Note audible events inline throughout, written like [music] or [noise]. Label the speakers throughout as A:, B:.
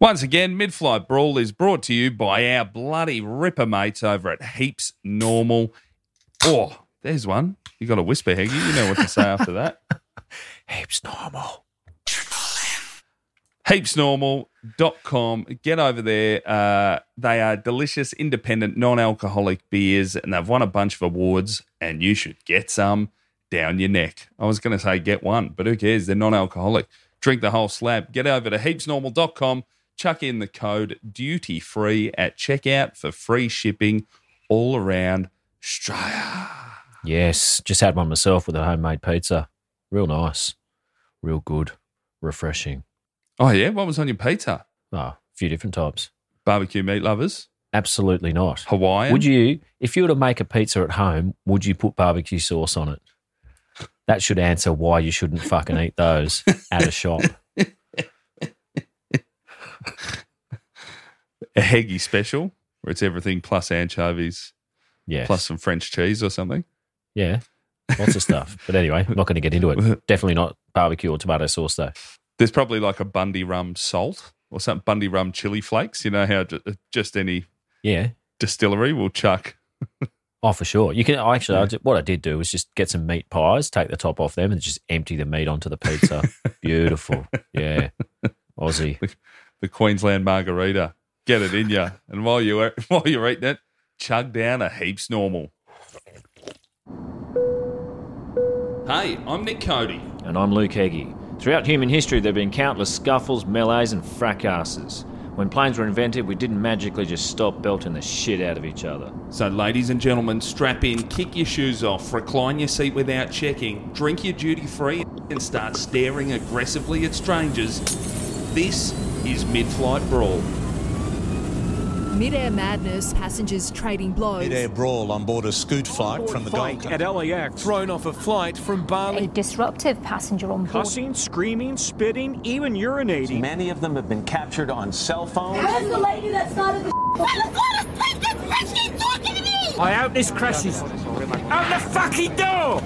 A: Once again, Mid Flight Brawl is brought to you by our bloody ripper mates over at Heaps Normal. Oh, there's one. You got to whisper, Heggy. You know what to say after that.
B: Heaps normal.
A: heapsnormal.com. Get over there. Uh, they are delicious, independent, non alcoholic beers, and they've won a bunch of awards, and you should get some down your neck. I was going to say get one, but who cares? They're non alcoholic. Drink the whole slab. Get over to heapsnormal.com. Chuck in the code duty free at checkout for free shipping all around Australia.
B: Yes, just had one myself with a homemade pizza. Real nice, real good, refreshing.
A: Oh, yeah. What was on your pizza?
B: Ah, a few different types.
A: Barbecue meat lovers?
B: Absolutely not.
A: Hawaiian?
B: Would you, if you were to make a pizza at home, would you put barbecue sauce on it? That should answer why you shouldn't fucking eat those at
A: [laughs]
B: a shop.
A: a Heggy special where it's everything plus anchovies
B: Yeah.
A: plus some French cheese or something.
B: Yeah. Lots of stuff. But anyway, I'm not going to get
A: [laughs]
B: into it. Definitely not barbecue or tomato sauce, though.
A: There's probably like a Bundy rum salt or some Bundy rum chili flakes. You know how ju- uh, just any
B: Yeah.
A: distillery will chuck.
B: Oh, for sure. You can I actually, I did, what I did do was just get some meat pies, take the top off them, and just empty the meat onto
A: [laughs]
B: the pizza. Beautiful. Yeah. Aussie.
A: The Queensland margarita, get it in you, and while you are- [laughs] while you're eating it, chug down a heaps normal. Hey, I'm Nick Cody.
B: And I'm Luke Heggie. Throughout human history, there have been countless scuffles, melees, and fracasses. When planes were invented, we didn't magically just stop belting the shit out of each other.
A: So, ladies and gentlemen, strap in, kick your shoes off, recline your seat without checking, drink your duty free, and start staring aggressively at strangers. This is Mid Flight Brawl.
C: Mid-air madness, passengers trading blows.
D: Mid-air brawl on board a scoot flight from the Gold
E: fight
D: Coast.
E: at LAX.
F: thrown off a flight from
G: A
F: Bali.
G: disruptive passenger on board.
E: Cussing, screaming, spitting, even urinating.
F: Many of them have been captured on cell phones.
H: Where's the lady that started the [laughs] talking to me?
F: I hope this crashes. Out the fucking door!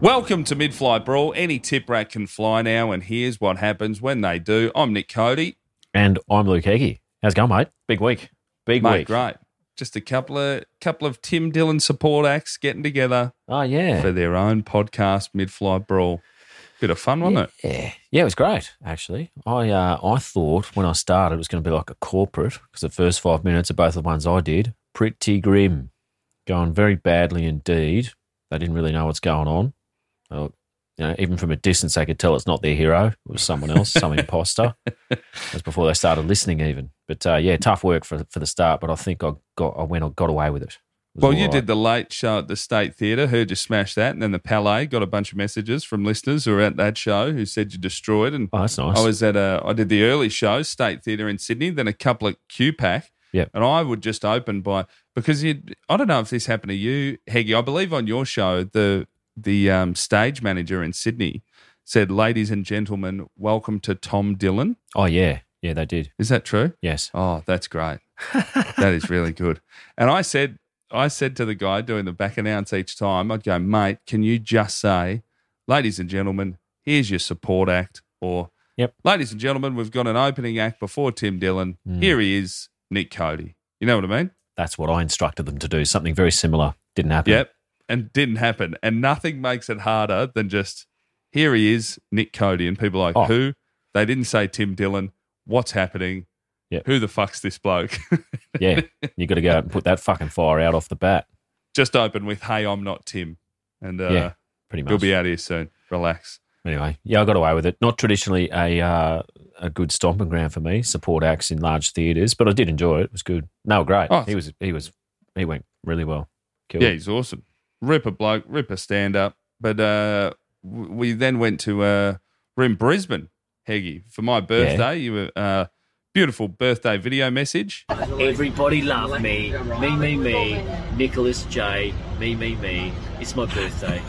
A: Welcome to Mid Flight Brawl. Any tip rat can fly now, and here's what happens when they do. I'm Nick Cody.
B: And I'm Luke Heggie. How's it going, mate? Big week. Big
A: Mate,
B: week.
A: great. Just a couple of couple of Tim Dillon support acts getting together
B: Oh, yeah.
A: for their own podcast, Mid Flight Brawl. Bit of fun, wasn't it?
B: Yeah, yeah, it was great actually. I uh, I thought when I started it was going to be like a corporate because the first five minutes of both the ones I did pretty grim, going very badly indeed. They didn't really know what's going on. Well, you know, even from a distance, they could tell it's not their hero. It was someone
A: [laughs]
B: else, some imposter. That was before they started listening, even. But uh, yeah, tough work for for the start. But I think I got I went I got away with it. It was
A: Well,
B: all
A: you
B: right.
A: did the late show at the State Theatre, heard you smash that, and then the Palais got a bunch of messages from listeners who were at that show who said you destroyed. And
B: Oh, that's nice.
A: I was at a, I did the early show, State Theatre in Sydney, then a couple at QPAC.
B: Yep.
A: And I would just open by, because you, I don't know if this happened to you, Heggy. I believe on your show, the, the um, stage manager in Sydney said, Ladies and gentlemen, welcome to Tom Dillon.
B: Oh yeah, yeah, they did.
A: Is that true?
B: Yes.
A: Oh, that's great. that is really good. And I said, I said to the guy doing the back announce each time, I'd go, mate, can you just say, ladies and gentlemen, here's your support act, or
B: Yep.
A: ladies and gentlemen, we've got an opening act before Tim Dillon. Here he is, Nick Cody. You know what I mean?
B: That's what I instructed them to do. Something very similar didn't happen.
A: Yep. And didn't happen. And nothing makes it harder than just here he is, Nick Cody. And people are like,
B: Oh.
A: who? They didn't say Tim Dillon. What's happening?
B: Yep.
A: Who the fuck's this bloke? [laughs]
B: Yeah, you got to go out and put that fucking fire out off the bat.
A: just open with "Hey, I'm not Tim," and uh,
B: yeah, pretty much.
A: he'll be out here soon. Relax.
B: anyway, yeah, I got away with it. Not traditionally a uh, a good stomping ground for me. Support acts in large theatres, but I did enjoy it. It was good. No, great.
A: Oh.
B: he was he was he went really well. Killed
A: Yeah,
B: it.
A: he's awesome. Ripper bloke, ripper stand up. But uh, w- we then went to uh, we're in Brisbane. Heggie, for my birthday. You were uh, beautiful birthday video message.
I: Everybody love me. Me, me, me. Nicholas J. Me, me, me. It's my birthday.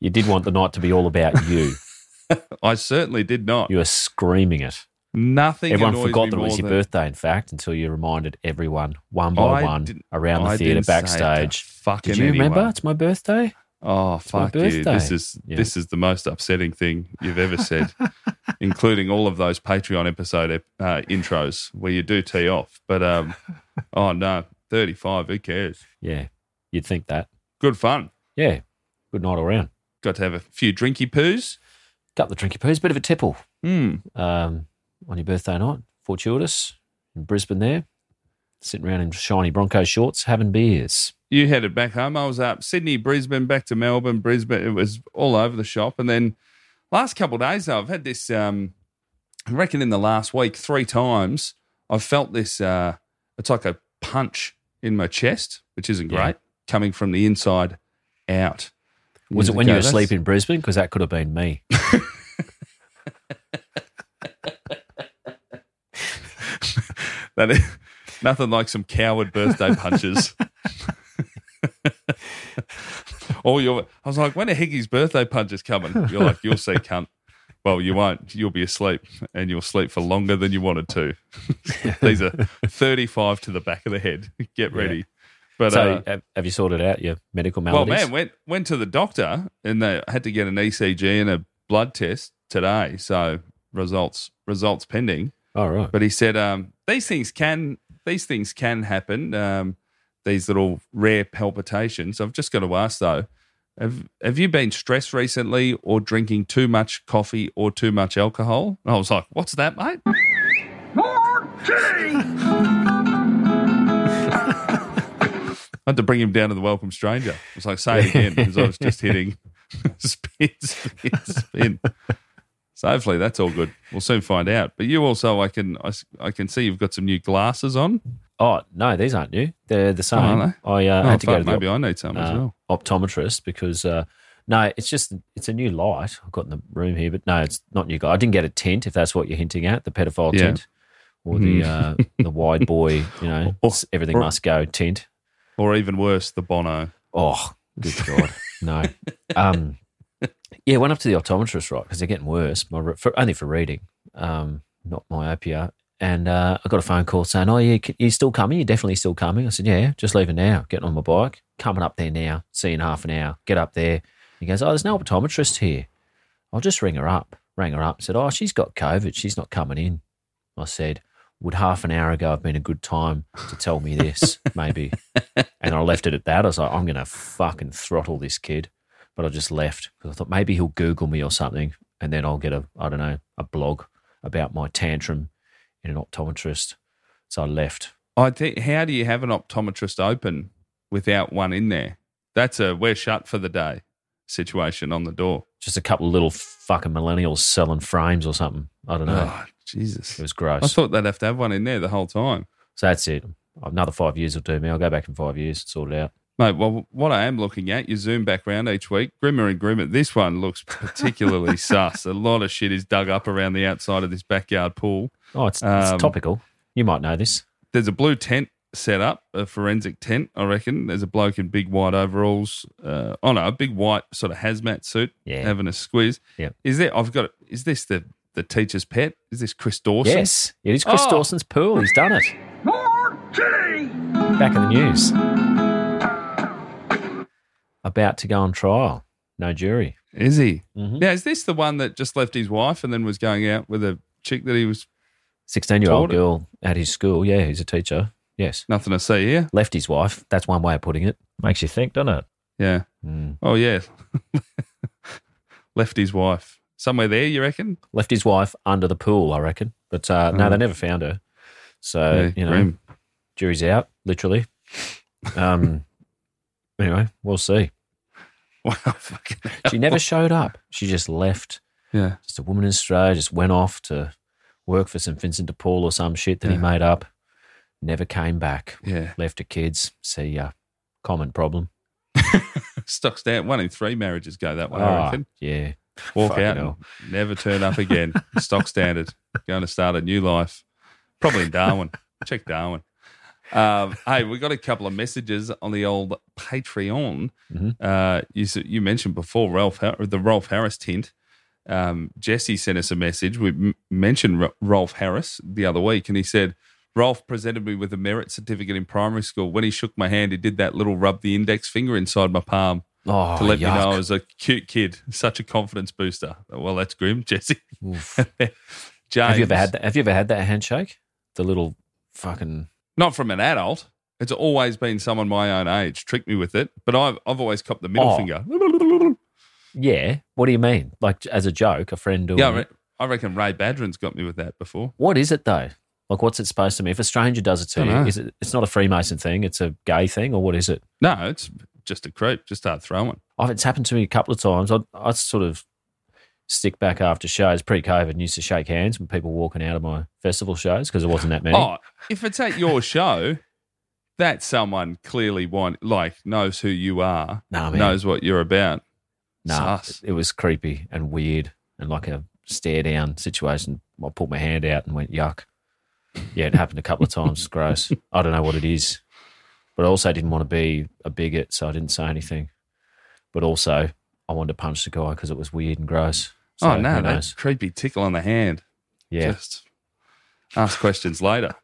B: You did want the night to be all about
A: [laughs]
B: you.
A: I certainly did not.
B: You were screaming it.
A: Nothing.
B: everyone
A: annoys
B: forgot
A: me
B: that it
A: more
B: was your
A: than-
B: birthday, in fact, until you reminded everyone one by
A: I
B: one
A: didn't-
B: around the
A: I
B: theatre
A: didn't say it to
B: backstage.
A: fucking
B: Did you remember?
A: anyone.
B: It's my birthday.
A: Oh
B: my
A: fuck you! This
B: birthday.
A: is
B: Yeah.
A: this is the most upsetting thing you've ever
B: [laughs]
A: said, including all of those Patreon episode ep- uh, intros where you do tee off. But um, oh no, thirty five. Who cares?
B: Yeah, you'd think that.
A: Good fun.
B: Yeah, good night all round.
A: Got to have a few drinky poos.
B: Got the drinky poos, bit of a tipple
A: Hmm.
B: um, on your birthday night, fortuitous in Brisbane there, sitting around in shiny Bronco shorts, having beers.
A: You headed back home. I was up Sydney, Brisbane, back to Melbourne, Brisbane. It was all over the shop. And then last couple of days, though, I've had this. Um, I reckon in the last week, three times, I've felt this. Uh, it's like a punch in my chest, which isn't
B: Yeah.
A: great, coming from the inside out.
B: Was it
A: Years
B: when
A: ago,
B: you were
A: that's-
B: asleep in Brisbane? Because that could have been me.
A: That is, [laughs] nothing like some coward birthday punches. All your, I was like, when are Higgy's birthday punches coming? You're like, you'll see, cunt. Well, you won't. You'll be asleep, and you'll sleep for longer than you wanted to. These are thirty-five to the back of the head. Get ready. But
B: so,
A: uh,
B: have- have you sorted out your medical
A: well,
B: maladies?
A: man, went went to the doctor, and they had to get an ECG and a blood test today. So results results pending.
B: All Oh, right.
A: But he said um, these things can these things can happen. Um, these little rare palpitations. I've just got to ask though, have have you been stressed recently, or drinking too much coffee or too much alcohol? And I was like, what's that, mate? [laughs] I had to bring him down to the welcome stranger. I was like, say it again because I was just hitting [laughs] spin, spin, spin. So hopefully that's all good. We'll soon find out. But you also, I can, I, s- I can see you've got some new glasses on.
B: Oh no, these aren't new. They're the same.
A: aren't
B: I uh,
A: Oh,
B: had to
A: fuck,
B: go to the
A: maybe I need some as well.
B: Uh, optometrist because uh, no, it's just it's a new light I've got in the room here, but no, it's not new. I didn't get a tint if that's what you're hinting at, the pedophile
A: Yeah. Hmm.
B: tint or the uh, the wide boy, you know, s-
A: [laughs]
B: everything
A: or-
B: must go tint.
A: Or even worse, the Bono.
B: Oh, good god, no. Um, yeah, went up to the optometrist right because they're getting worse. My re- for, only for reading, um, not my OPR. And uh, I got a phone call saying, "Oh, yeah, c- you still coming? You definitely still coming?" I said, "Yeah, just leaving now. Getting on my bike, coming up there now. See you in half an hour. Get up there." He goes, "Oh, there's no optometrist here. I'll just ring her up." Rang her up. Said, "Oh, she's got COVID. She's not coming in." I said, "Would half an hour ago have been a good time to tell me this? Maybe." And I left it at that. I was like, I'm going to fucking throttle this kid. But I just left because I thought maybe he'll Google me or something. And then I'll get a, I don't know, a blog about my tantrum in an optometrist. So I left.
A: I think. How do you have an optometrist open without one in there? That's a we're shut for the day situation on the door.
B: Just a couple of little fucking millennials selling frames or something. I don't know.
A: Oh, Jesus.
B: It was
A: I
B: gross.
A: thought they'd have to have one in there the whole time.
B: so that's it. Another five years will do me. I'll go back in five years and sort it out.
A: Mate, well, what I am looking at, you zoom back round each week, grimmer and grimmer. This one looks particularly [laughs] sus. A lot of shit is dug up around the outside of this backyard pool.
B: Oh, it's,
A: Um,
B: it's topical. You might know this.
A: There's a blue tent set up, a forensic tent, I reckon. There's a bloke in big white overalls. Uh, oh, no, a big white sort of hazmat suit
B: Yeah.
A: having a squiz.
B: Yep.
A: Is there, I've got it. Is this the, the teacher's pet? Is this Chris Dawson?
B: Yes, it is Chris
A: Oh.
B: Dawson's pool. He's done it. Back in the news. About to go on trial. No jury.
A: Is he?
B: Mhm.
A: Now, is this the one that just left his wife and then was going out with a chick that he was
B: 16 year old
A: Taught it.
B: girl at his school. Yeah, he's a teacher. Yes.
A: nothing to see here?
B: Left his wife. That's one way of putting it. Makes you think, doesn't it?
A: Yeah.
B: Mm.
A: Oh yeah. [laughs] Left his wife somewhere there. You reckon?
B: Left his wife under the pool, I reckon. But uh, no,
A: Oh.
B: they never found her. So,
A: Yeah,
B: Uh, you know,
A: grim. [laughs]
B: jury's out, literally. Um, [laughs] anyway, we'll see.
A: Wow. fucking
B: She [laughs] never showed up. She just left
A: hell. [laughs] Yeah.
B: just a woman in Australia, just went off to work for St Vincent de Paul or some shit that he
A: Yeah.
B: made up. Never came back.
A: Yeah.
B: Left her kids. See ya. Common problem.
A: Stocks down. One in three marriages go that way, I
B: Ah,
A: reckon.
B: yeah.
A: Walk
B: Fucking
A: out and
B: hell.
A: never turn up
B: [laughs]
A: again. Stock standard. Going to start a new life. Probably in Darwin. Check Darwin. Um, hey, we got a couple of messages on the old Patreon.
B: Mm-hmm.
A: Uh, you, s- you mentioned before Ralph Har- the Rolf Harris tint. Um, Jesse sent us a message. We m- mentioned R- Rolf Harris the other week, and he said Rolf presented me with a merit certificate in primary school. When he shook my hand, he did that little rub the index finger inside my palm
B: Oh,
A: to let me know I
B: yuck.
A: was a cute kid. Such a confidence booster. Well, that's grim, [laughs] Jesse. James,
B: Have you ever had that? Have you ever had that handshake? The little fucking
A: Not from an adult. It's always been someone my own age tricked me with it, but I've I've always copped the middle
B: Oh.
A: finger.
B: yeah. What do you mean? Like as a joke, a friend doing
A: Yeah, I,
B: it?
A: re- I reckon Ray Badrin's got me with that before.
B: What is it though? Like what's it supposed to mean? If a stranger does it to
A: Dunno.
B: you, is it? It's not a Freemason thing. It's a gay thing, or what is it?
A: No, it's just a creep. Just start throwing.
B: I've, it's happened to me a couple of times. I, I sort of stick back after shows pre-COVID and used to shake hands with people walking out of my festival shows because there wasn't that many.
A: Oh, if it's at your show, that someone clearly want like knows who you are,
B: Nah, man.
A: knows what you're about.
B: Nah,
A: Sus.
B: it, it was creepy and weird and like a stare down situation. I put my hand out and went yuck. Yeah, it happened
A: [laughs]
B: a couple of times. Gross. I don't know what it is, but I also didn't want to be a bigot, so I didn't say anything. But also, I wanted to punch the guy because it was weird and gross. So,
A: oh no,
B: who
A: that
B: knows?
A: creepy tickle on the hand.
B: yeah,
A: Just ask questions later.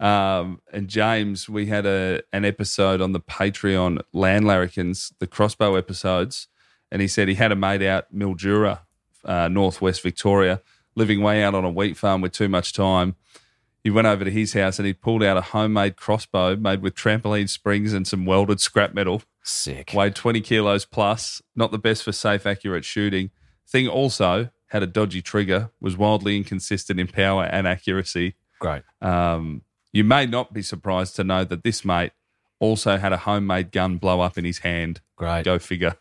A: Um, and James, we had a an episode on the Patreon Land Larrikins, the crossbow episodes, and he said he had a mate out Mildura, uh, northwest Victoria, living way out on a wheat farm with too much time. He went over to his house and he pulled out a homemade crossbow made with trampoline springs and some welded scrap metal
B: sick.
A: weighed 20 kilos plus, not the best for safe, accurate shooting. Thing also had a dodgy trigger, was wildly inconsistent in power and accuracy.
B: Great.
A: Um, you may not be surprised to know that this mate also had a homemade gun blow up in his hand.
B: Great.
A: Go figure.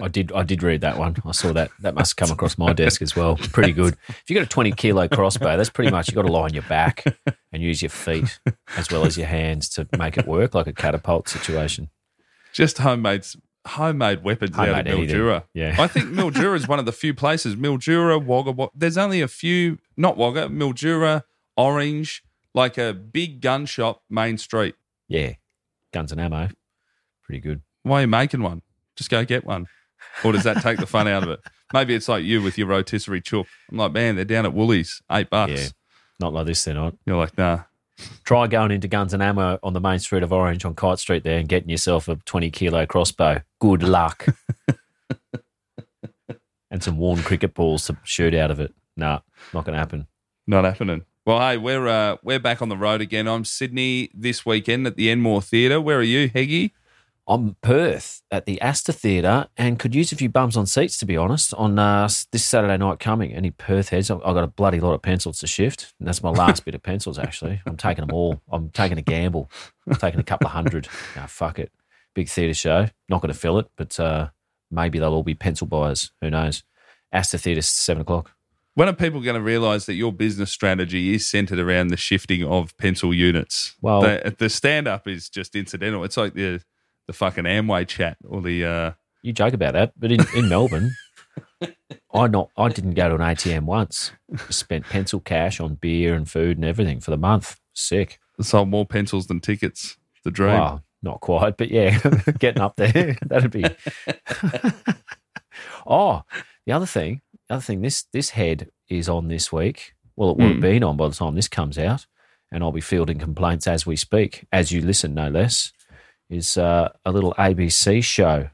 B: I did. I did read that one. I saw that. That must come across my desk as well. Pretty good. If you got a twenty kilo crossbow, that's pretty much you got to lie on your back and use your feet as well as your hands to make it work, like a catapult situation.
A: Just homemade homemade weapons out
B: Homemade
A: of
B: anything.
A: Mildura.
B: Yeah.
A: I think Mildura is one of the few places. Mildura, Wagga, Wa- there's only a few, not Wagga, Mildura, Orange, like a big gun shop, Main Street.
B: Yeah, guns and ammo. Pretty good.
A: why are you making one? Just go get one. Or does that take the fun out of it? Maybe it's like you with your rotisserie chook. I'm like, man, they're down at Woolies, eight bucks.
B: Yeah. Not like this. They're not.
A: You're like, nah.
B: Try going into guns and ammo on the main street of Orange on Kite Street there and getting yourself a twenty kilo crossbow. Good luck. and some worn cricket balls to shoot out of it. Nah, not going to happen.
A: Not happening. Well, hey, we're uh, we're back on the road again. I'm Sydney this weekend at the Enmore Theatre. Where are you, Heggy?
B: I'm Perth at the Astor Theatre and could use a few bums on seats, to be honest, on uh, s- this Saturday night coming. Any Perth heads? I've I've got a bloody lot of pencils to shift, and that's my last bit of pencils, actually. I'm taking them all. I'm taking a gamble. I'm taking a couple of hundred. Nah, fuck it. Big theatre show. Not going to fill it, but uh, maybe they'll all be pencil buyers. Who knows? Astor Theatre, 7 o'clock.
A: When are people going to realise that your business strategy is centred around the shifting of pencil units?
B: Well-
A: the, the stand up is just incidental. It's like the the fucking Amway chat or the uh,
B: You joke about that, but in, in Melbourne, I not I didn't go to an ATM once. Spent pencil cash on beer and food and everything for the month. Sick.
A: sold more pencils than tickets. The dream.
B: Wow, not quite, but yeah, [laughs] getting up there. [laughs] That'd be. oh, the other thing, the other thing. This this head is on this week. Well, it would have been on by the time this comes out, and I'll be fielding complaints as we speak, as you listen, no less. Is uh, a little ABC show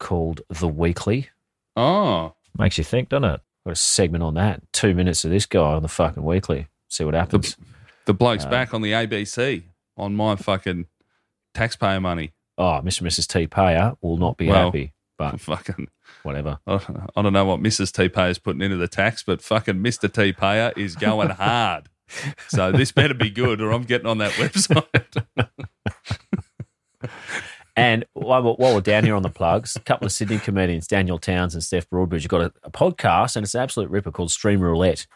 B: called The Weekly.
A: Oh,
B: Makes you think, doesn't it? Got a segment on that. Two minutes of this guy on the fucking Weekly. See what happens.
A: The bloke's back on the ABC on my fucking taxpayer money. [laughs]
B: oh, Mr. and Mrs. T. Payer will not be
A: Well,
B: happy, [laughs] but
A: Fucking,
B: whatever.
A: I don't- I don't know what Mrs. T Payer's putting into the tax, but fucking Mr. T Payer is
B: [laughs]
A: going hard. So this better be good, or I'm getting on that [laughs]
B: [laughs]
A: website.
B: And while we're, while we're down here on the plugs, a couple of Sydney comedians, Daniel Towns and Steph Broadbridge, have got a, a podcast, and it's an absolute ripper called Stream Roulette.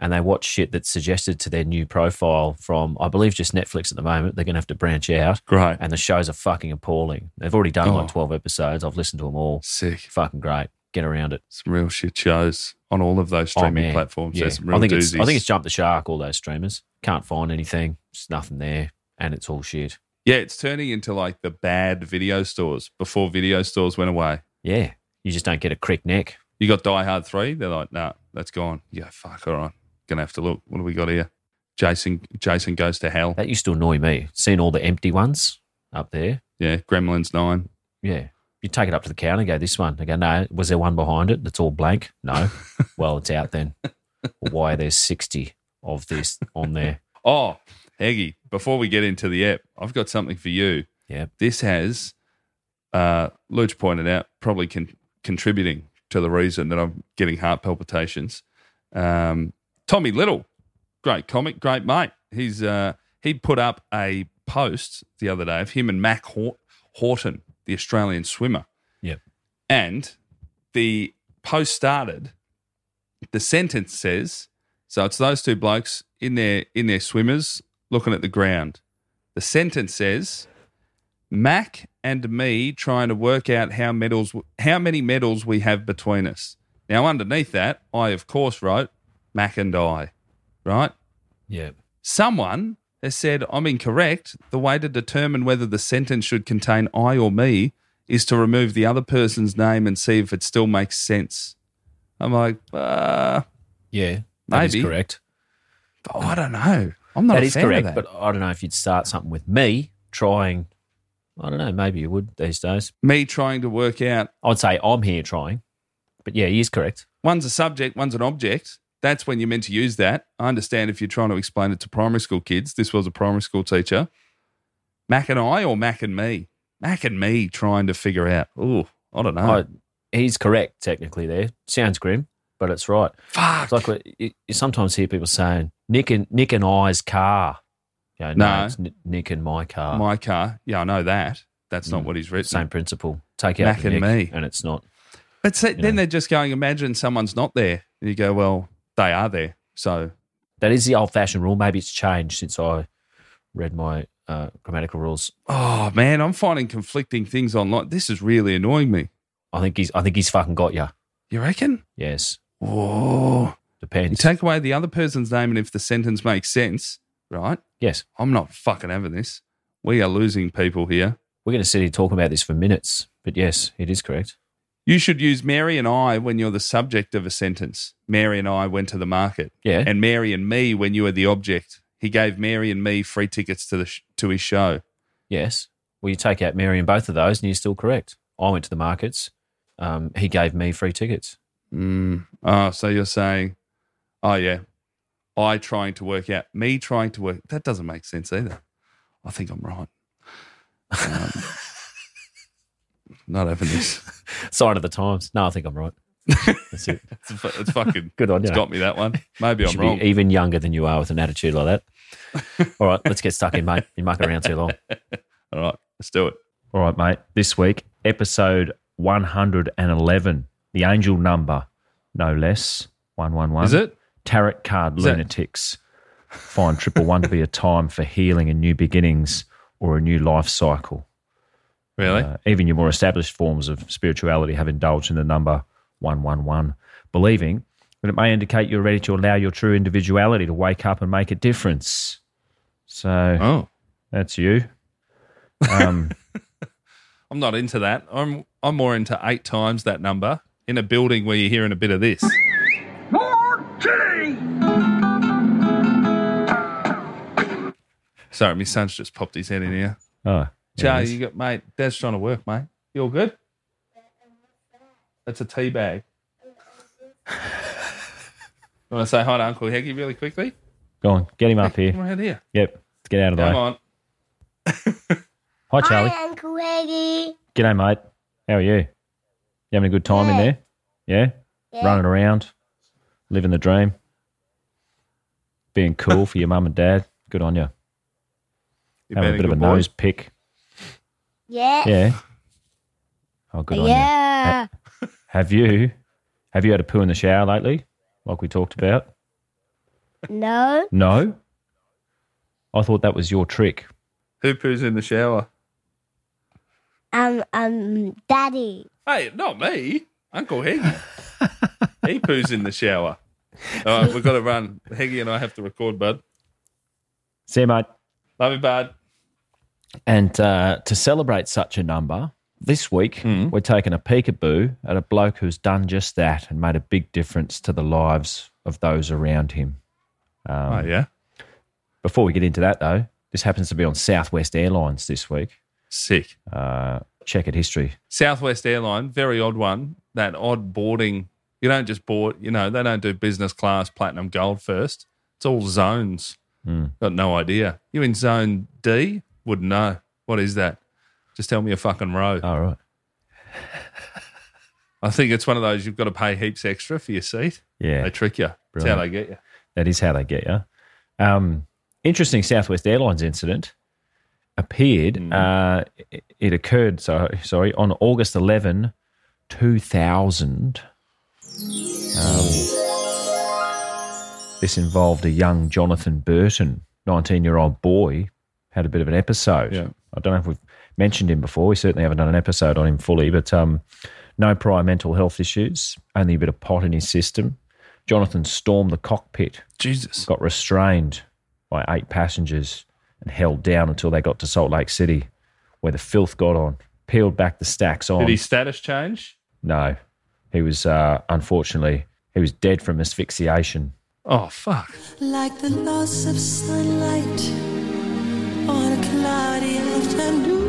B: and they watch shit that's suggested to their new profile from, I believe, just Netflix at the moment. They're going to have to branch out.
A: Great.
B: And the shows are fucking appalling. They've already done
A: Oh.
B: like 12 episodes. I've listened to them all.
A: Sick.
B: Fucking great. Get around it.
A: Some real shit shows on all of those streaming
B: Oh, man.
A: platforms. There's some real
B: I think it's
A: doozies.
B: I think it's jumped the shark. All those streamers can't find anything. There's nothing there, and it's all shit.
A: yeah, it's turning into like the bad video stores before video stores went away.
B: Yeah, you just don't get a crick neck.
A: You got Die Hard 3, they're like, nah, that's gone. Yeah, fuck, all right. Gonna have to look. What do we got here? Jason Jason goes to hell.
B: That used to annoy me. Seeing all the empty ones up there.
A: Yeah, Gremlins 9.
B: Yeah, you take it up to the counter and go, "This one." They go, "No, was there one behind it that's all blank?"
A: [laughs]
B: No. well, it's out then. Well, why are there sixty of this
A: [laughs]
B: on there?
A: Oh, Heggy, before we get into the app, I've got something for you.
B: Yeah.
A: This has, uh, Luch pointed out, probably con- contributing to the reason that I'm getting heart palpitations. Um, Tommy Little, great comic, great mate. He's uh, he put up a post the other day of him and Mac Hor- Horton, the Australian swimmer,
B: Yep.
A: and the post started. The sentence says, so it's those two blokes in their in their swimmers looking at the ground. The sentence says, Mac and me trying to work out how medals how many medals we have between us. Now underneath that, I of course wrote Mac and I, right?
B: Yeah.
A: Someone has said I'm incorrect. The way to determine whether the sentence should contain I or me is to remove the other person's name and see if it still makes sense. I'm like, uh,
B: Yeah. That is
A: Maybe.
B: correct.
A: oh, I don't know. I'm not
B: that
A: a
B: is
A: fan of
B: correct,
A: that.
B: but I don't know if you'd start something with me trying. I don't know. Maybe you would these days.
A: me trying to work out
B: I would say I'm here trying, but yeah, he is correct.
A: one's a subject, one's an object. That's when you're meant to use that. I understand if you're trying to explain it to primary school kids. This was a primary school teacher. Mac and I or Mac and me? Mac and me trying to figure out. Oh, I don't know.
B: I, he's correct technically. There sounds grim, but it's right.
A: Fuck.
B: It's like what- you, you sometimes hear people saying Nick and Nick and I's car. You know, no,
A: No.
B: it's Ni- Nick and my car.
A: My car. Yeah, I know that. That's not what he's written.
B: Uh, Mm. Same principle. Take out
A: Mac
B: the
A: and me.
B: Nick and it's not.
A: But so, then
B: know.
A: they're just going, imagine someone's not there. And you go, well, they are there. So
B: That is the old-fashioned rule. Maybe it's changed since I read my uh, grammatical rules.
A: Oh man, I'm finding conflicting things online. This is really annoying me.
B: I think he's. I think he's fucking got you.
A: You reckon?
B: Yes,
A: Whoa. You
B: depends.
A: take away the other person's name, and if the sentence makes sense, right?
B: yes,
A: I'm not fucking having this. We are losing people here.
B: we're going to sit here talking about this for minutes. But yes, it is correct.
A: You should use Mary and I when you're the subject of a sentence. Mary and I went to the market.
B: Yeah.
A: And Mary and me when you are the object. He gave Mary and me free tickets to the sh- to his show.
B: Yes. Well, you take out Mary and both of those, and you're still correct. I went to the markets. Um, he gave me free tickets.
A: Mm. Oh, so you're saying, oh yeah, I trying to work out, me trying to work. That doesn't make sense either. I think I'm right. Um,
B: [laughs]
A: not having this.
B: Sign of the times. No, I think I'm [laughs] right. That's it.
A: It's, fu- it's fucking
B: [laughs] Good on
A: It's
B: you.
A: got me that one. Maybe
B: You
A: I'm
B: should
A: wrong.
B: be e- even younger than you are with an attitude like that. [laughs] All right, let's get stuck in, mate. You're mucking around too long.
A: All right, let's do it.
B: All right, mate. This week, episode 111, the angel number, no less. 111.
A: Is it?
B: Tarot card
A: Is that-
B: lunatics find triple one to be a time for healing and new beginnings or a new life cycle.
A: Really?
B: Uh, even your more established forms of spirituality have indulged in the number 111, believing that it may indicate you're ready to allow your true individuality to wake up and make a difference. So
A: oh,
B: that's you. Um, [laughs]
A: I'm not into that. I'm I'm more into eight times that number in a building where you're hearing a bit of this. Sorry, my son's just popped his head in here.
B: oh,
A: Jay,
B: yes.
A: you got mate. Dad's trying to work, mate. You all good? That's a tea bag. [laughs] you want to say hi to Uncle Heggy really quickly?
B: Go on, get him up
A: Come [laughs]
B: here.
A: around here.
B: Yep, let's get out of the
A: Come
B: way.
A: on.
B: Hi, Charlie.
H: Uncle Eggy.
B: G'day, mate. How are you? You having a good time in there? Yeah? Running around, living the dream, being cool for your mum and dad. Good on you.
A: You're
B: Having a
A: being
B: bit of a
A: good boy.
B: nose pick.
H: Yeah.
B: Yeah. Oh, good on you.
H: Yeah.
B: Have you have you had a poo in the shower lately, like we talked about?
H: No.
B: No? I thought that was your trick.
A: Who poos in the shower?
H: Um, um, Daddy.
A: Hey, not me. Uncle
B: [laughs]
A: Heggy. he poos in the shower. All right, we've got to run. Heggy and I have to record, bud.
B: See you, mate.
A: Love you, bud.
B: And uh, to celebrate such a number, this week
A: Hmm.
B: we're taking a peekaboo at a bloke who's done just that and made a big difference to the lives of those around him. Um,
A: Oh, yeah.
B: Before we get into that, though, this happens to be on Southwest Airlines this week.
A: Sick.
B: Uh, check it history.
A: Southwest Airline, very odd one. That odd boarding. You don't just board, you know, they don't do business class, platinum, gold first. It's all zones.
B: Hmm.
A: Got no idea. You in zone D? Wouldn't know. What is that? Just tell me a fucking row.
B: All right.
A: I think it's one of those you've got to pay heaps extra for your seat.
B: Yeah.
A: They trick you. That's how
B: Brilliant.
A: they get you.
B: That is how they get you. Um, interesting Southwest Airlines incident appeared. Uh, it, it occurred, so, sorry, on August 11, 2000. Um, this involved a young Jonathan Burton, 19 year old boy, had a bit of an episode.
A: Yeah.
B: I don't know if we've mentioned him before. We certainly haven't done an episode on him fully, but um, no prior mental health issues, only a bit of pot in his system. Jonathan stormed the cockpit
A: Jesus.
B: got restrained by eight passengers and held down until they got to Salt Lake City, where the filth got on, peeled back the stacks on.
A: Did his status change?
B: no, he was uh, unfortunately he was dead from asphyxiation.
A: Oh, fuck.
J: Like the loss of sunlight on a cloudy afternoon.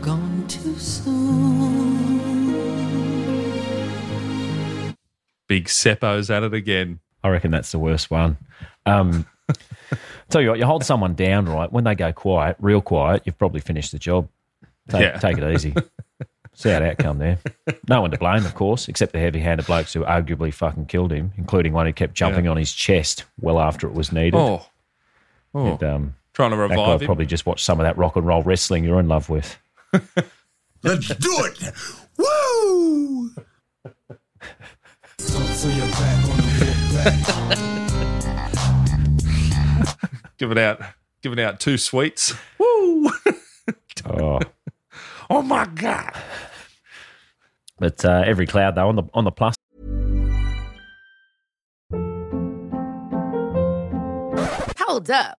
J: Gone too soon.
A: Big Seppo's at it again.
B: I reckon that's the worst one. Um, [laughs] tell you what, you hold someone down, right? When they go quiet, real quiet, you've probably finished the job. Take,
A: Yeah.
B: take
A: [laughs]
B: it easy. See how the outcome there. No one to blame, of course, except the heavy-handed blokes who arguably fucking killed him, including one who kept jumping on his chest well after it was needed.
A: Oh. Oh.
B: And, um,
A: Trying to
B: that guy
A: revive him.
B: probably just watched some of that rock and roll wrestling you're in
A: [laughs]
B: love with.
K: Let's do it! Woo!
A: Giving out, giving out two sweets. Woo!
B: Oh.
A: [laughs] oh my god!
B: But uh, every cloud though on the on the plus
L: Hold up.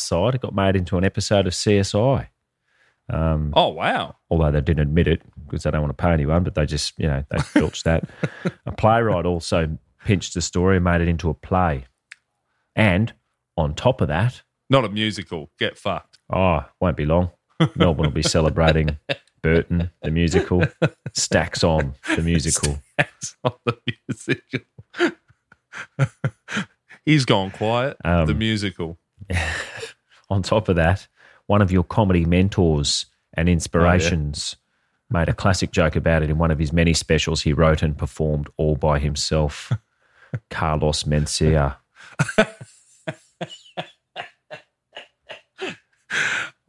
B: side, it got made into an episode of CSI. Um,
A: oh wow!
B: Although they didn't admit it because they don't want to pay anyone, but they just you know they filched that. A playwright also pinched the story and made it into a play. And on top of that,
A: Not a musical. Get fucked. [laughs]
B: oh, won't be long. Melbourne will be celebrating Burton the musical, Stacks on the musical.
A: That's not the musical. [laughs] He's gone quiet.
B: Um,
A: the musical.
B: On top of that, one of your comedy mentors and inspirations made a classic joke about it in one of his many specials he wrote and performed all by himself. Carlos Mencia.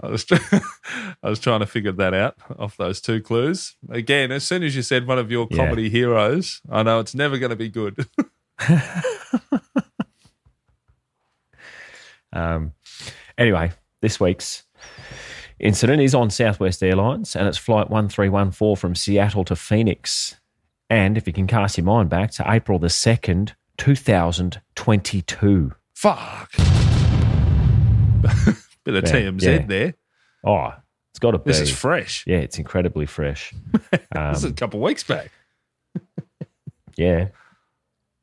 A: I was, [laughs] I was trying to figure that out off those two clues. Again, as soon as you said one of your
B: Yeah.
A: comedy heroes, I know it's never going to be good.
B: Um, anyway, this week's incident is on Southwest Airlines and it's flight 1314 from Seattle to Phoenix. And if you can cast your mind back to April the 2nd, 2022.
A: Fuck. [laughs] Bit of
B: Yeah,
A: TMZ
B: yeah.
A: there.
B: Oh, it's got to be.
A: This is fresh.
B: Yeah, it's
A: [laughs]
B: incredibly fresh. Um,
A: this is a couple of weeks back.
B: Yeah.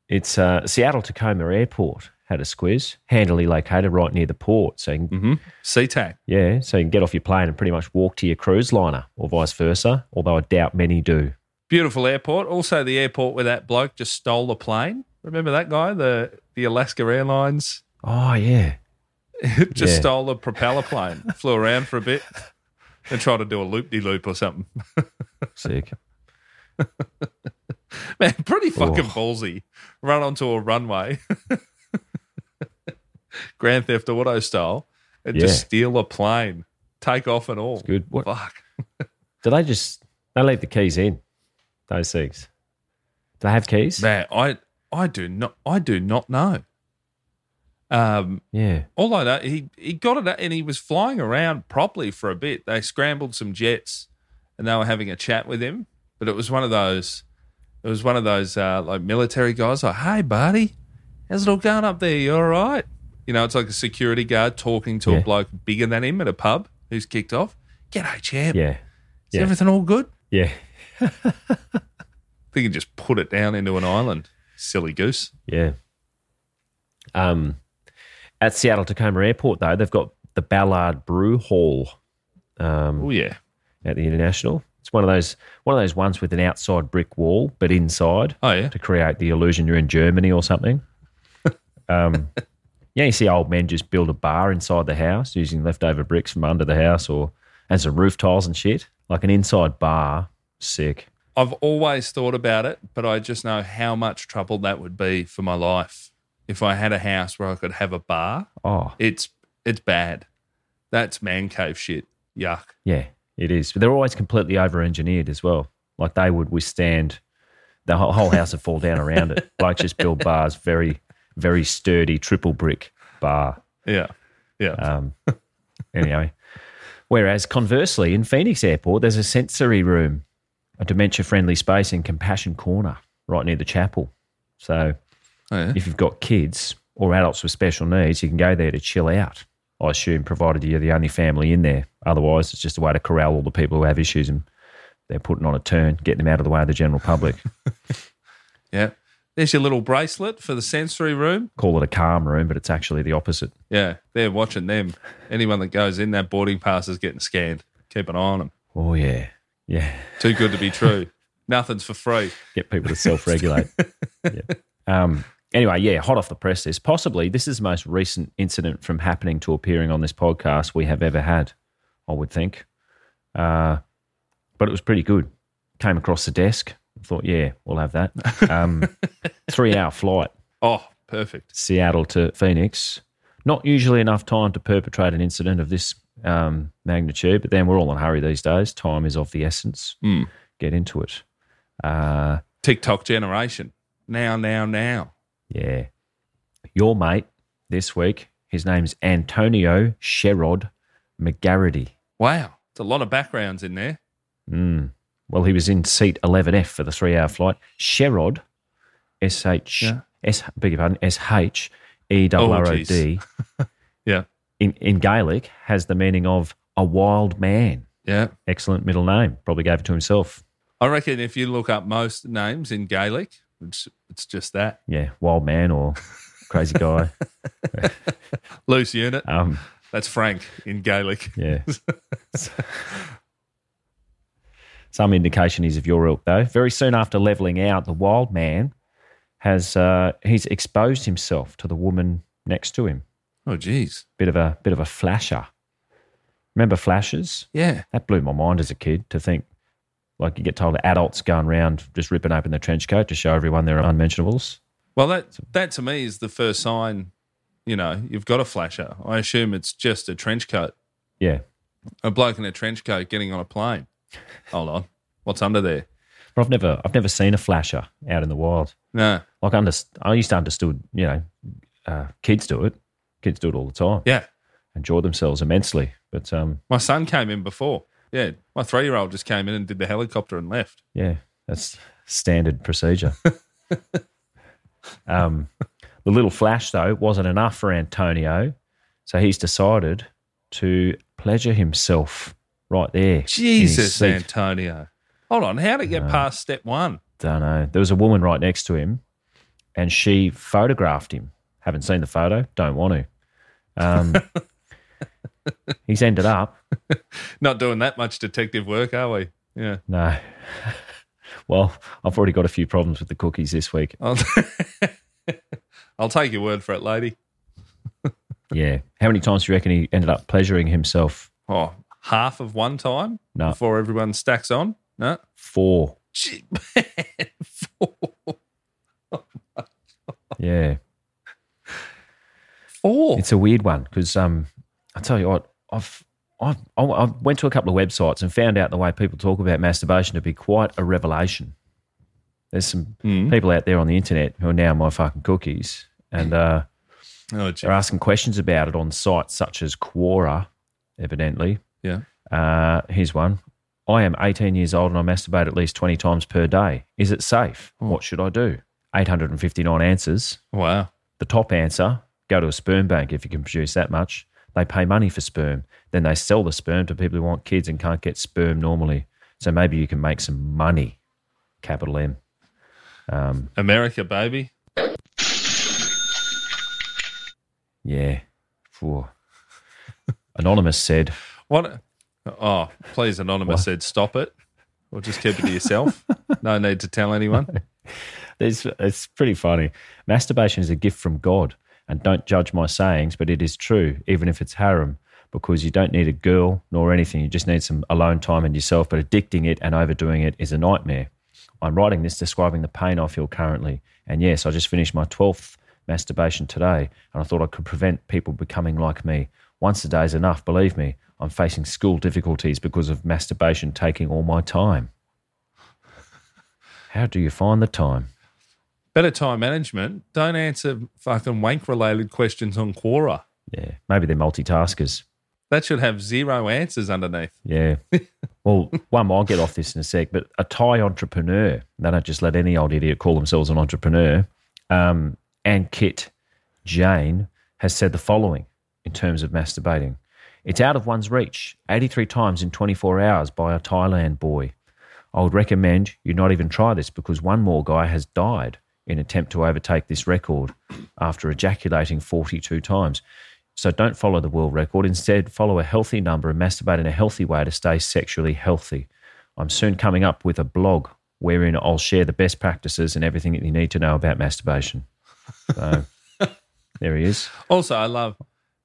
B: It's uh, Seattle Tacoma Airport had a squiz, handily located right near the port. So you can,
A: SeaTac.
B: yeah, so you can get off your plane and pretty much walk to your cruise liner or vice versa, although I doubt many do.
A: Beautiful airport. Also, the airport where that bloke just stole the plane. Remember that guy, the the Alaska Airlines? [laughs]
B: Oh yeah,
A: just
B: Yeah.
A: stole a propeller
B: [laughs]
A: plane, flew around for a bit, and tried to do a loop de loop or something. [laughs]
B: sick.
A: Man, pretty fucking ballsy. Run onto a runway, [laughs] Grand Theft Auto style, and just
B: Yeah.
A: steal a plane, take off and all.
B: Good. What?
A: Fuck.
B: Do they just they leave the keys in? Those things. Do they have keys?
A: Man, I I do not I do not know. Um,
B: Yeah.
A: all I know he he got it and he was flying around properly for a bit. They scrambled some jets and they were having a chat with him, but it was one of those it was one of those uh, like military guys like, "Hey, buddy, how's it all going up there? You all right?" You know, it's like a security guard talking to
B: Yeah.
A: a bloke bigger than him at a pub who's kicked off. G'day, champ.
B: Yeah.
A: Is
B: Yeah.
A: everything all good?
B: Yeah.
A: I think he just put it down into an island. Silly goose.
B: Yeah. Um, at Seattle Tacoma Airport, though, they've got the Ballard Brew Hall. Um,
A: oh yeah,
B: at the International. It's one of those one of those ones with an outside brick wall, but inside.
A: Oh yeah,
B: to create the illusion you're in Germany or something. um, yeah, you see old men just build a bar inside the house using leftover bricks from under the house or and some roof tiles and shit, like an inside bar. Sick.
A: I've always thought about it, but I just know how much trouble that would be for my life if I had a house where I could have a bar.
B: Oh,
A: It's it's bad. That's man cave shit. Yuck.
B: yeah, it is. But they're always completely over engineered as well. Like they would withstand the whole, whole house would fall down around it. Like just build bars, very, very sturdy triple brick bar.
A: Yeah. Yeah.
B: Um, anyway, whereas conversely, in Phoenix Airport, there's a sensory room, a dementia friendly space in Compassion Corner, right near the chapel. So if you've got kids or adults with special needs, you can go there to chill out, I assume, provided you're the only family in there. Otherwise, it's just a way to corral all the people who have issues and they're putting on a turn, getting them out of the way of the general [laughs] public.
A: Yeah. There's your little bracelet for the sensory room.
B: Call it a calm room, but it's actually the opposite.
A: Yeah. They're watching them. Anyone that goes in that boarding pass is getting scanned. Keep an eye on them.
B: Oh, yeah. Yeah.
A: Too good to be true. [laughs] Nothing's for free.
B: get people to self-regulate. yeah. Um, anyway, yeah, hot off the press. This possibly this is the most recent incident from happening to appearing on this podcast we have ever had. I would think, uh, but it was pretty good. Came across the desk. Thought, yeah, we'll have that. Um, three-hour flight,
A: Oh, perfect.
B: Seattle to Phoenix. Not usually enough time to perpetrate an incident of this um, magnitude, but then we're all in a hurry these days. Time is of the essence.
A: Hmm.
B: Get into it. Uh,
A: TikTok generation. Now, now, now.
B: Yeah. Your mate this week, his name's Antonio Sherrod McGarrity.
A: Wow. It's a lot of backgrounds in there.
B: Mm. Well, he was in seat 11F for the three hour flight. Sherrod, S H
A: Yeah.
B: S, beg your pardon, S H E W R O D,
A: Yeah.
B: in, in Gaelic, has the meaning of a wild man.
A: Yeah.
B: Excellent middle name. Probably gave it to himself.
A: I reckon if you look up most names in Gaelic, it's, it's just that
B: Yeah, wild man or crazy guy.
A: loose unit.
B: um,
A: That's Frank in Gaelic. [laughs]
B: Yeah. [laughs] Some indication is of your ilk, though. Very soon after leveling out, the wild man has uh, he's exposed himself to the woman next to him.
A: oh, geez.
B: Bit of a bit of a flasher. Remember flashes?
A: Yeah.
B: That blew my mind as a kid to think, like you get told adults going around just ripping open their trench coat to show everyone their unmentionables.
A: Well, that that to me is the first sign. You know, you've got a flasher. I assume it's just a trench coat,
B: Yeah,
A: a bloke in a trench coat getting on a plane. Hold on, what's under there?
B: but I've never I've never seen a flasher out in the wild.
A: No,
B: Like under, I used to understood, you know, uh, kids do it. Kids do it all the time.
A: yeah,
B: enjoy themselves immensely. But um,
A: my son came in before. Yeah, my three-year-old just came in and did the helicopter and left.
B: yeah, that's
A: [laughs]
B: standard procedure. um, the little flash, though, wasn't enough for Antonio. So he's decided to pleasure himself right there. in his
A: Jesus,
B: seat.
A: Antonio. Hold on, how did it get past step one?
B: don't know. There was a woman right next to him, and she photographed him. Haven't seen the photo. Don't want to.
A: [laughs]
B: Um, he's ended up
A: Not doing that much detective work, are we? Yeah.
B: no. [laughs] Well, I've already got a few problems with the cookies this week.
A: [laughs] I'll take your word for it, lady.
B: yeah. How many times do you reckon he ended up pleasuring himself?
A: Oh, half of one time
B: No.
A: before everyone stacks on. No,
B: Four.
A: Gee, [laughs] man, four.
B: Yeah.
A: Four.
B: It's a weird one because um, I tell you what, I've, I've I- I went to a couple of websites and found out the way people talk about masturbation to be quite a revelation. There's some people out there on the internet who are now my fucking cookies, and uh,
A: Oh,
B: they're asking questions about it on sites such as Quora, evidently.
A: Yeah.
B: Uh, here's one. I am 18 years old and I masturbate at least 20 times per day. Is it safe? What should I do? 859 answers.
A: Wow.
B: The top answer go to a sperm bank if you can produce that much. They pay money for sperm. Then they sell the sperm to people who want kids and can't get sperm normally. So maybe you can make some money. Capital M. Um,
A: America, baby.
B: yeah. Four. Anonymous said,
A: What? Oh, please, Anonymous said stop it or just keep it to yourself. no need to tell anyone.
B: It's, it's pretty funny. Masturbation is a gift from God, and don't judge my sayings, but it is true, even if it's harem, because you don't need a girl nor anything. You just need some alone time and yourself, but addicting it and overdoing it is a nightmare. I'm writing this describing the pain I feel currently. And yes, I just finished my 12th masturbation today, and I thought I could prevent people becoming like me. Once a day is enough, believe me. I'm facing school difficulties because of masturbation taking all my time. How do you find the time?
A: Better time management. Don't answer fucking wank related questions on Quora.
B: Yeah, maybe they're multitaskers.
A: That should have zero answers underneath.
B: Yeah. well, one more. I'll get off this in a sec. But a Thai entrepreneur, they don't just let any old idiot call themselves an entrepreneur. Um, and Kit Jane has said the following in terms of masturbating it's out of one's reach 83 times in 24 hours by a Thailand boy. I would recommend you not even try this because one more guy has died in attempt to overtake this record after ejaculating 42 times. So don't follow the world record. Instead, follow a healthy number and masturbate in a healthy way to stay sexually healthy. I'm soon coming up with a blog wherein I'll share the best practices and everything that you need to know about masturbation. So [laughs] there he is.
A: Also, I love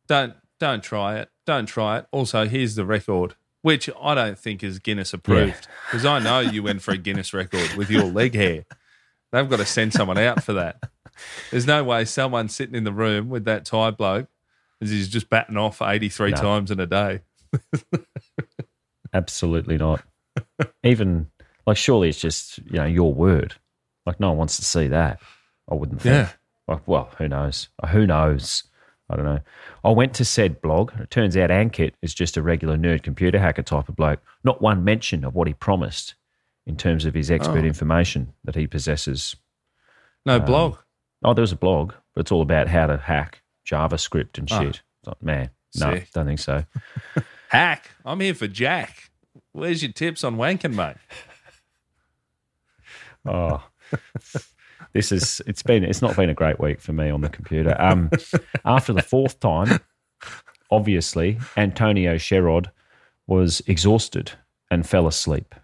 A: don't don't try it. Don't try it. Also, here's the record, which I don't think is Guinness approved because I know you went for a Guinness record with your leg hair. They've got to send someone out for that. There's no way someone sitting in the room with that Thai bloke is he's just batting off 83
B: No.
A: times in a day.
B: Absolutely not. Even like, surely it's just you know your word. Like, no one wants to see that. I wouldn't think.
A: Yeah.
B: Like, well, who knows? Uh, Who knows? I don't know. I went to said blog. It turns out Ankit is just a regular nerd computer hacker type of bloke. Not one mention of what he promised in terms of his expert
A: Oh.
B: information that he possesses.
A: No
B: Um,
A: blog.
B: Oh, there was a blog, but it's all about how to hack JavaScript and
A: Oh.
B: shit. It's like, man, no,
A: Sick.
B: don't think so.
A: Hack. I'm here for Jack. Where's your tips on wanking, mate?
B: Oh, this is it's been it's not been a great week for me on the computer. Um, after the fourth time, obviously Antonio Sherrod was exhausted and fell asleep,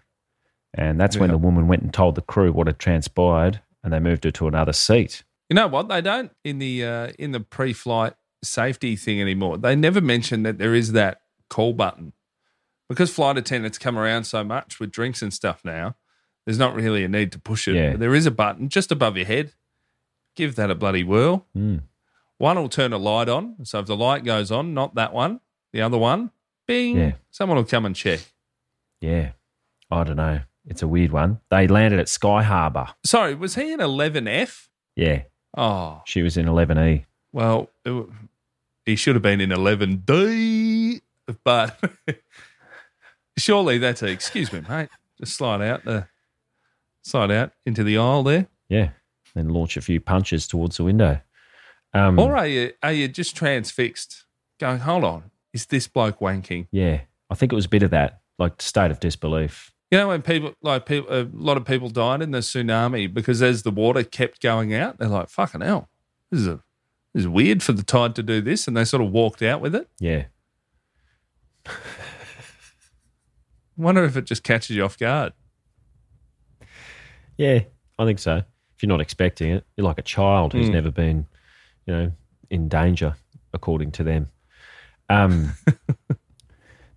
B: and that's when
A: Yeah.
B: the woman went and told the crew what had transpired, and they moved her to another seat.
A: You know what? They don't in the uh, in the pre-flight safety thing anymore. They never mention that there is that call button because flight attendants come around so much with drinks and stuff now. There's not really a need to push it.
B: Yeah.
A: But there is a button just above your head. Give that a bloody whirl.
B: Mm.
A: One will turn a light on. So if the light goes on, not that one, the other one, bing,
B: Yeah.
A: someone will come and check.
B: Yeah, I don't know. It's a weird one. They landed at Sky Harbour.
A: Sorry, was he in 11F?
B: Yeah,
A: Oh,
B: she was in E. 11E.
A: Well, it w- he should have been in 11D, but [laughs] surely that's a excuse me, mate. Just slide out the slide out into the aisle there.
B: Yeah, then launch a few punches towards the window. Um,
A: Or are you are you just transfixed? Going, hold on, is this bloke wanking?
B: Yeah, I think it was a bit of that, like state of disbelief.
A: You know when people like people a lot of people died in the tsunami because as the water kept going out, they're like, fucking hell, this is a this is weird for the tide to do this, and they sort of walked out with it.
B: Yeah,
A: Wonder if it just catches you off guard.
B: Yeah, I think so. If you're not expecting it, you're like a child who's
A: Mm.
B: never been, you know, in danger, according to them. Um,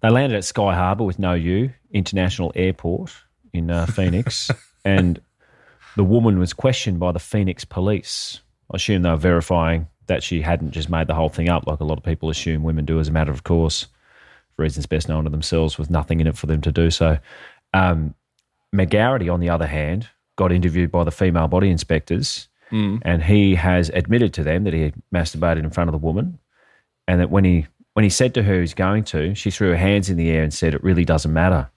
B: they landed at Sky Harbour with No U International Airport in uh, Phoenix, and the woman was questioned by the Phoenix police. I assume they were verifying that she hadn't just made the whole thing up, like a lot of people assume women do as a matter of course, for reasons best known to themselves, with nothing in it for them to do so. Um, McGarity, on the other hand, got interviewed by the female body inspectors,
A: Mm.
B: and he has admitted to them that he had masturbated in front of the woman, and that when he when he said to her he's going to, she threw her hands in the air and said, "It really doesn't matter,"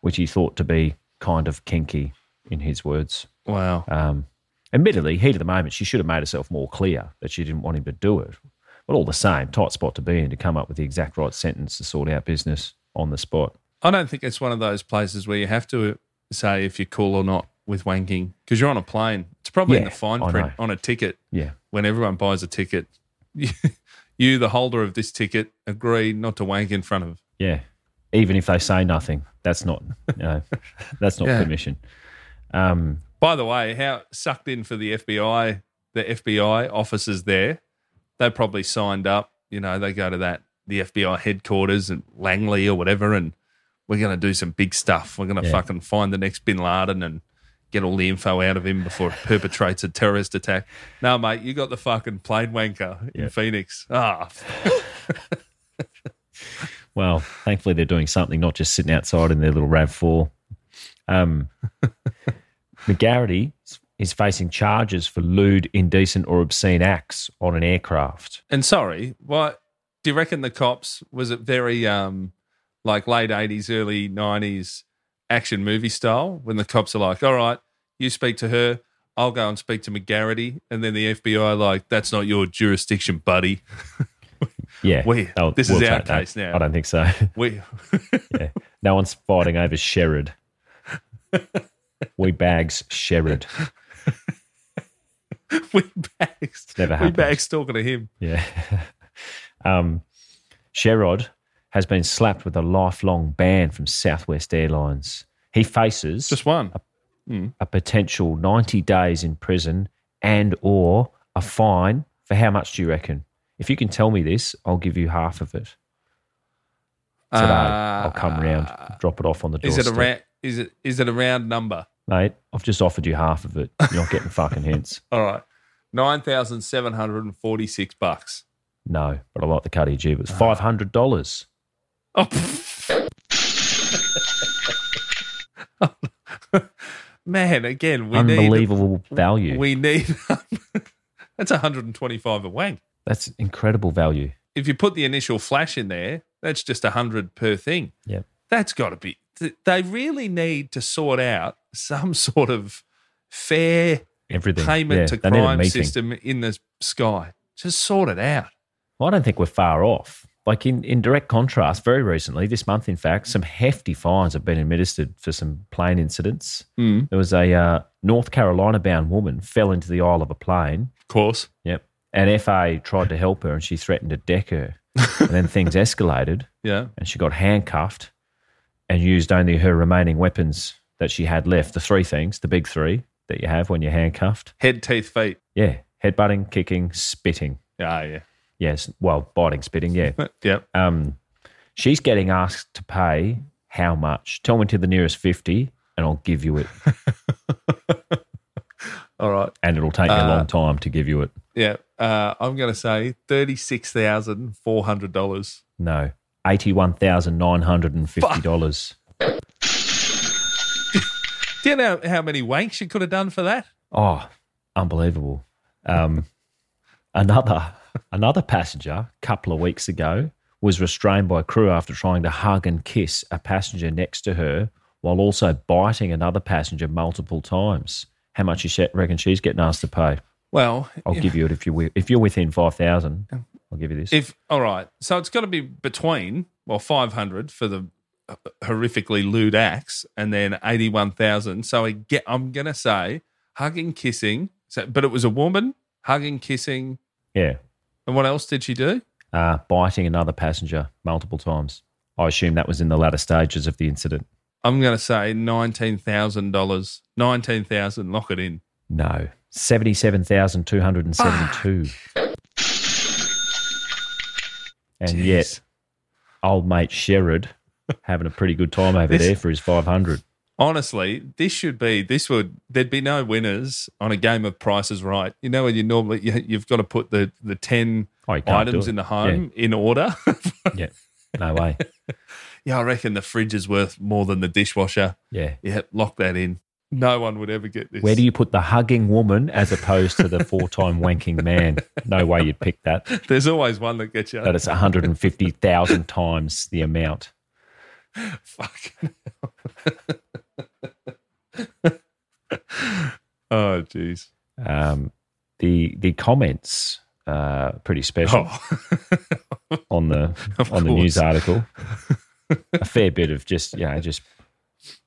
B: which he thought to be kind of kinky, in his words.
A: Wow.
B: Um, admittedly, heat of the moment, she should have made herself more clear that she didn't want him to do it. But all the same, tight spot to be in to come up with the exact right sentence to sort out business on the spot.
A: I don't think it's one of those places where you have to say if you're cool or not with wanking because you're on a plane. It's probably in
B: Yeah,
A: the fine
B: I
A: print
B: know.
A: on a ticket.
B: Yeah.
A: When everyone buys a ticket, [laughs] you, the holder of this ticket, agree not to wank in front of.
B: Yeah. Even if they say nothing, that's not
A: [laughs]
B: no, that's not
A: Yeah.
B: permission. Um,
A: By the way, how sucked in for the FBI, the FBI officers there, they probably signed up. You know, they go to that, the FBI headquarters in Langley or whatever, and we're going to do some big stuff. We're going to
B: Yeah.
A: fucking find the next bin Laden and get all the info out of him
B: [laughs]
A: before he perpetrates a terrorist attack. No, mate, you got the fucking plane wanker in
B: Yeah.
A: Phoenix. Ah,
B: well, thankfully they're doing something, not just sitting outside in their little Rav Four.
A: [laughs]
B: Um, McGarity is facing charges for lewd, indecent, or obscene acts on an aircraft.
A: And sorry, what do you reckon the cops was it very um like late eighties, early nineties action movie style when the cops are like, All right, you speak to her, I'll go and speak to McGarity and then the FBI like, That's not your jurisdiction, buddy.
B: Yeah,
A: We-
B: they'll-
A: this is our
B: take that.
A: case now.
B: I don't think so. [laughs]
A: We [laughs]
B: yeah, no one's fighting over Sherrod. we bags Sherrod.
A: we bags
B: never
A: we
B: happened.
A: bags talking to him.
B: Yeah. um, Sherrod has been slapped with a lifelong ban from Southwest Airlines. He faces
A: Just one.
B: a potential 90 days in prison and or a fine for how much do you reckon? If you can tell me this, I'll give you half of it. Today,
A: Uh,
B: I'll come round, drop it off on the
A: Is
B: doorstep.
A: it a round is it is it a round number?
B: Mate, I've just offered you half of it. You're not getting fucking hints. [laughs]
A: All right. Nine thousand seven hundred and forty six bucks.
B: No, but I like the cut of your jib.
A: Uh,
B: It's $500.
A: Oh. [laughs] Man, again, we
B: Unbelievable
A: need,
B: value.
A: We need [laughs] that's 125 a wank.
B: That's incredible value.
A: If you put the initial flash in there, that's just 100 per thing.
B: Yeah.
A: That's got to be. th- They really need to sort out some sort of fair
B: Everything.
A: payment
B: Yeah,
A: to
B: they need a
A: crime
B: meeting.
A: system in the sky. Just sort it out.
B: Well, I don't think we're far off. Like in, in direct contrast, very recently, this month, in fact, some hefty fines have been administered for some plane incidents.
A: Mm.
B: There was a uh, North Carolina bound woman fell into the aisle of a plane.
A: Of course.
B: Yep. And FA tried to help her and she threatened to deck her. and
A: [laughs]
B: then things escalated
A: Yeah.
B: and she got handcuffed and used only her remaining weapons that she had left the three things, the big three that you have when you're handcuffed.
A: Head, teeth, feet.
B: Yeah. Headbutting, kicking, spitting.
A: Yeah, yeah. [laughs]
B: Yes. Well, biting, spitting. Yeah.
A: Yep.
B: Um, she's getting asked to pay how much? Tell me to the nearest 50 and I'll give you it.
A: All right.
B: And it'll take me a
A: Uh,
B: long time to give you it.
A: Yeah. Uh, I'm going to say $36,400.
B: No. $81,950.
A: Do you know how many wanks you could have done for that?
B: Oh, unbelievable. Um, [laughs] another another passenger a couple of weeks ago was restrained by crew after trying to hug and kiss a passenger next to her while also biting another passenger multiple times. How much you she- reckon she's getting asked to pay?
A: Well,
B: I'll give you it if you wi- if you're within five thousand. I'll give you this.
A: If all right, so it's got to be between well 500 for the uh, horrifically lewd acts, and then 81,000. So I get, I'm going to say hugging, kissing. So, but it was a woman hugging, kissing,
B: yeah,
A: and what else did she do?
B: uh, biting another passenger multiple times. I assume that was in the latter stages of the incident.
A: I'm going to say nineteen thousand dollars. Nineteen thousand. Lock it in.
B: No, seventy-seven thousand two hundred and seventy-two.
A: Ah.
B: and yet, old
A: [laughs]
B: mate Sherrod having a pretty good time over
A: This-
B: there for his
A: [laughs]
B: five hundred.
A: Honestly, this should be this would there'd be no winners on a game of prices right. You know when you normally you, you've got to put the the ten
B: Oh, you can't do
A: items
B: it.
A: in the home in order. [laughs]
B: Yeah, no way.
A: yeah, I reckon the fridge is worth more than the dishwasher.
B: Yeah.
A: yeah, lock that in. No one would ever get this.
B: Where do you put the hugging woman as opposed to the four-time wanking man? No way you'd pick that.
A: [laughs] There's always one that gets you. [laughs]
B: That is one hundred and fifty thousand times the amount.
A: [laughs] Oh, jeez.
B: um, the the comments uh, pretty special Oh. on the
A: Oh, [laughs] Of
B: on the news
A: course.
B: article. a fair bit of just you know just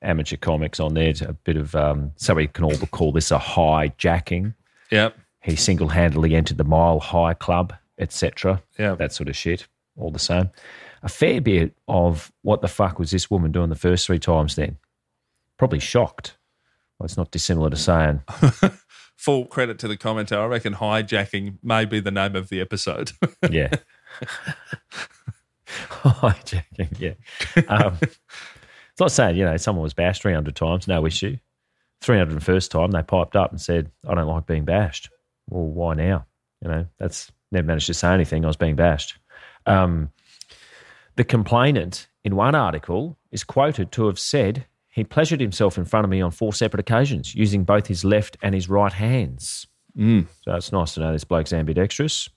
B: amateur comics on there. A bit of um, so we can all call this a hijacking.
A: [laughs] Yep.
B: He single handedly entered the Mile High Club, etc.
A: Yeah.
B: that sort of shit. All the same, a fair bit of what the fuck was this woman doing the first three times? Then probably shocked. Well, it's not dissimilar to saying
A: Full credit to the commentator. I reckon hijacking may be the name of the episode. [laughs]
B: Yeah. [laughs] Hijacking, yeah. Um, it's not saying, you know, someone was bashed 300 times, no issue. 301st time, they piped up and said, I don't like being bashed. Well, why now? You know, that's never managed to say anything. I was being bashed. Um, the complainant in one article is quoted to have said, he pleasured himself in front of me on four separate occasions using both his left and his right hands. So it's nice to know this bloke's ambidextrous.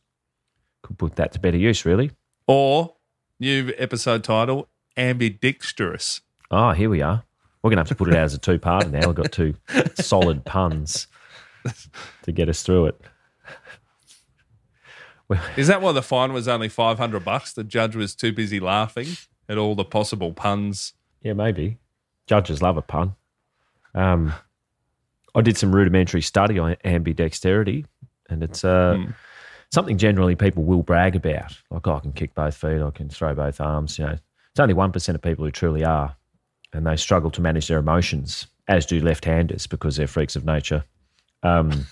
B: Could put that to better use, really.
A: or new episode title, ambidextrous.
B: Ah, here we are. We're going to have to put it out as a two-parter now. We've got two solid puns to get us through it.
A: Is that why the fine was only 500 bucks? The judge was too busy laughing at all the possible puns. [laughs]
B: Yeah, maybe. Judges love a pun. Um, I did some rudimentary study on ambidexterity, and it's uh, something generally people will brag about. Like, oh, I can kick both feet, I can throw both arms. You know, it's only one percent of people who truly are, and they struggle to manage their emotions, as do left-handers because they're freaks of nature. Um,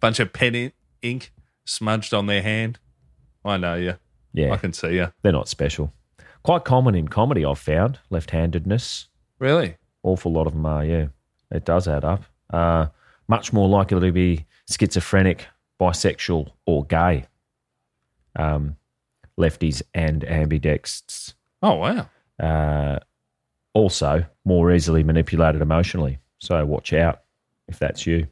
A: Bunch of pen in- ink smudged on their hand. I know you.
B: Yeah.
A: I can see you.
B: they're not special. Quite common in comedy, I've found left-handedness.
A: Really?
B: Awful lot of them are, yeah. It does add up. Uh, much more likely to be schizophrenic, bisexual, or gay. Um, lefties and ambidexts.
A: Oh, wow.
B: Uh, also, more easily manipulated emotionally. So watch out if that's you.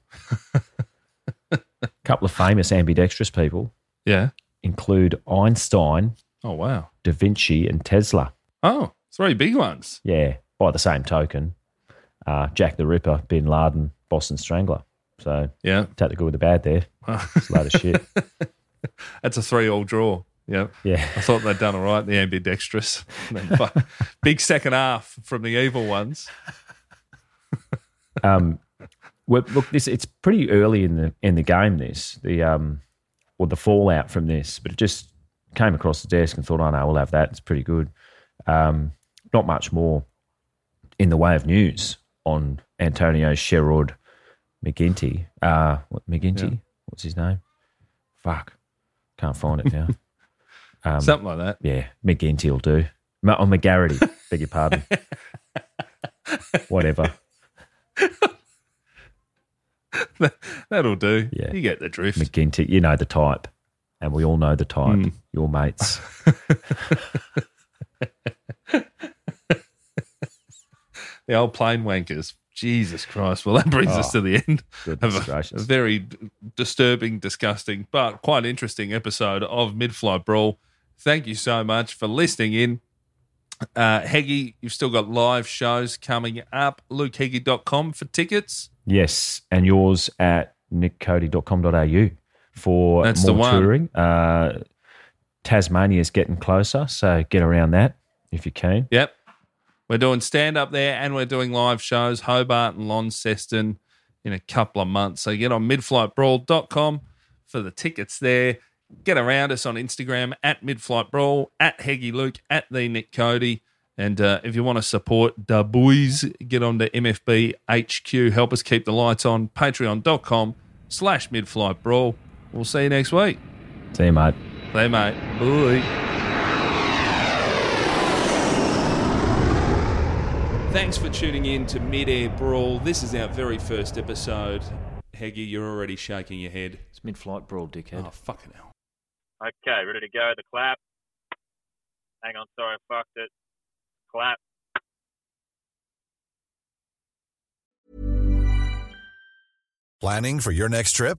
B: A couple of famous ambidextrous people
A: Yeah.
B: include Einstein,
A: Oh, wow.
B: Da Vinci, and Tesla.
A: Oh, three big ones.
B: Yeah. By the same token, uh, Jack the Ripper, Bin Laden, Boston Strangler. So
A: Yeah.
B: take the good with the bad there. It's a load of shit.
A: That's a three all draw. Yeah.
B: Yeah.
A: I thought they'd done all right, the ambidextrous. [laughs]
B: [laughs]
A: Big second half from the evil ones.
B: Um, well, look, this it's pretty early in the in the game. This the um, or the fallout from this, but it just came across the desk and thought, oh no, we'll have that. It's pretty good. Um, not much more in the way of news on Antonio Sherrod McGinty. Uh, what, McGinty? What's his name? Fuck, can't find it now. um,
A: Something like that.
B: yeah, McGinty will do. Ma- Or McGarity, beg your pardon. Whatever.
A: That'll do.
B: Yeah.
A: You get the drift.
B: McGinty, you know the type. And we all know the type.
A: Mm. [laughs]
B: Your mates.
A: the old plane wankers. Jesus Christ. Well, that brings us to
B: Oh,
A: the end
B: goodness
A: of a,
B: gracious.
A: a very d- disturbing, disgusting, but quite interesting episode of Mid Flight Brawl. Thank you so much for listening in. Uh, Heggy, you've still got live shows coming up. LukeHeggy.com for tickets.
B: yes. And yours at nickcody.com.au for
A: That's
B: more
A: the one.
B: touring. Uh, Tasmania's getting closer. So get around that if you can.
A: Yep. We're doing stand up there and we're doing live shows, Hobart and Launceston in a couple of months. So get on midflightbrawl.com for the tickets there. Get around us on Instagram at midflightbrawl, at Heggy Luke, at the Nick Cody. And uh, if you want to support the boys, get on to MFB HQ. Help us keep the lights on. Patreon.com slash midflight brawl. We'll see you next week.
M: See you, mate.
A: See you, mate. Bye. Thanks for tuning in to Mid Air Brawl. This is our very first episode. Heggy, you're already shaking your head.
B: It's mid flight brawl, dickhead.
A: Oh, fucking hell.
N: Okay, ready to go. The clap. Hang on, sorry, I fucked it. Clap.
O: Planning for your next trip?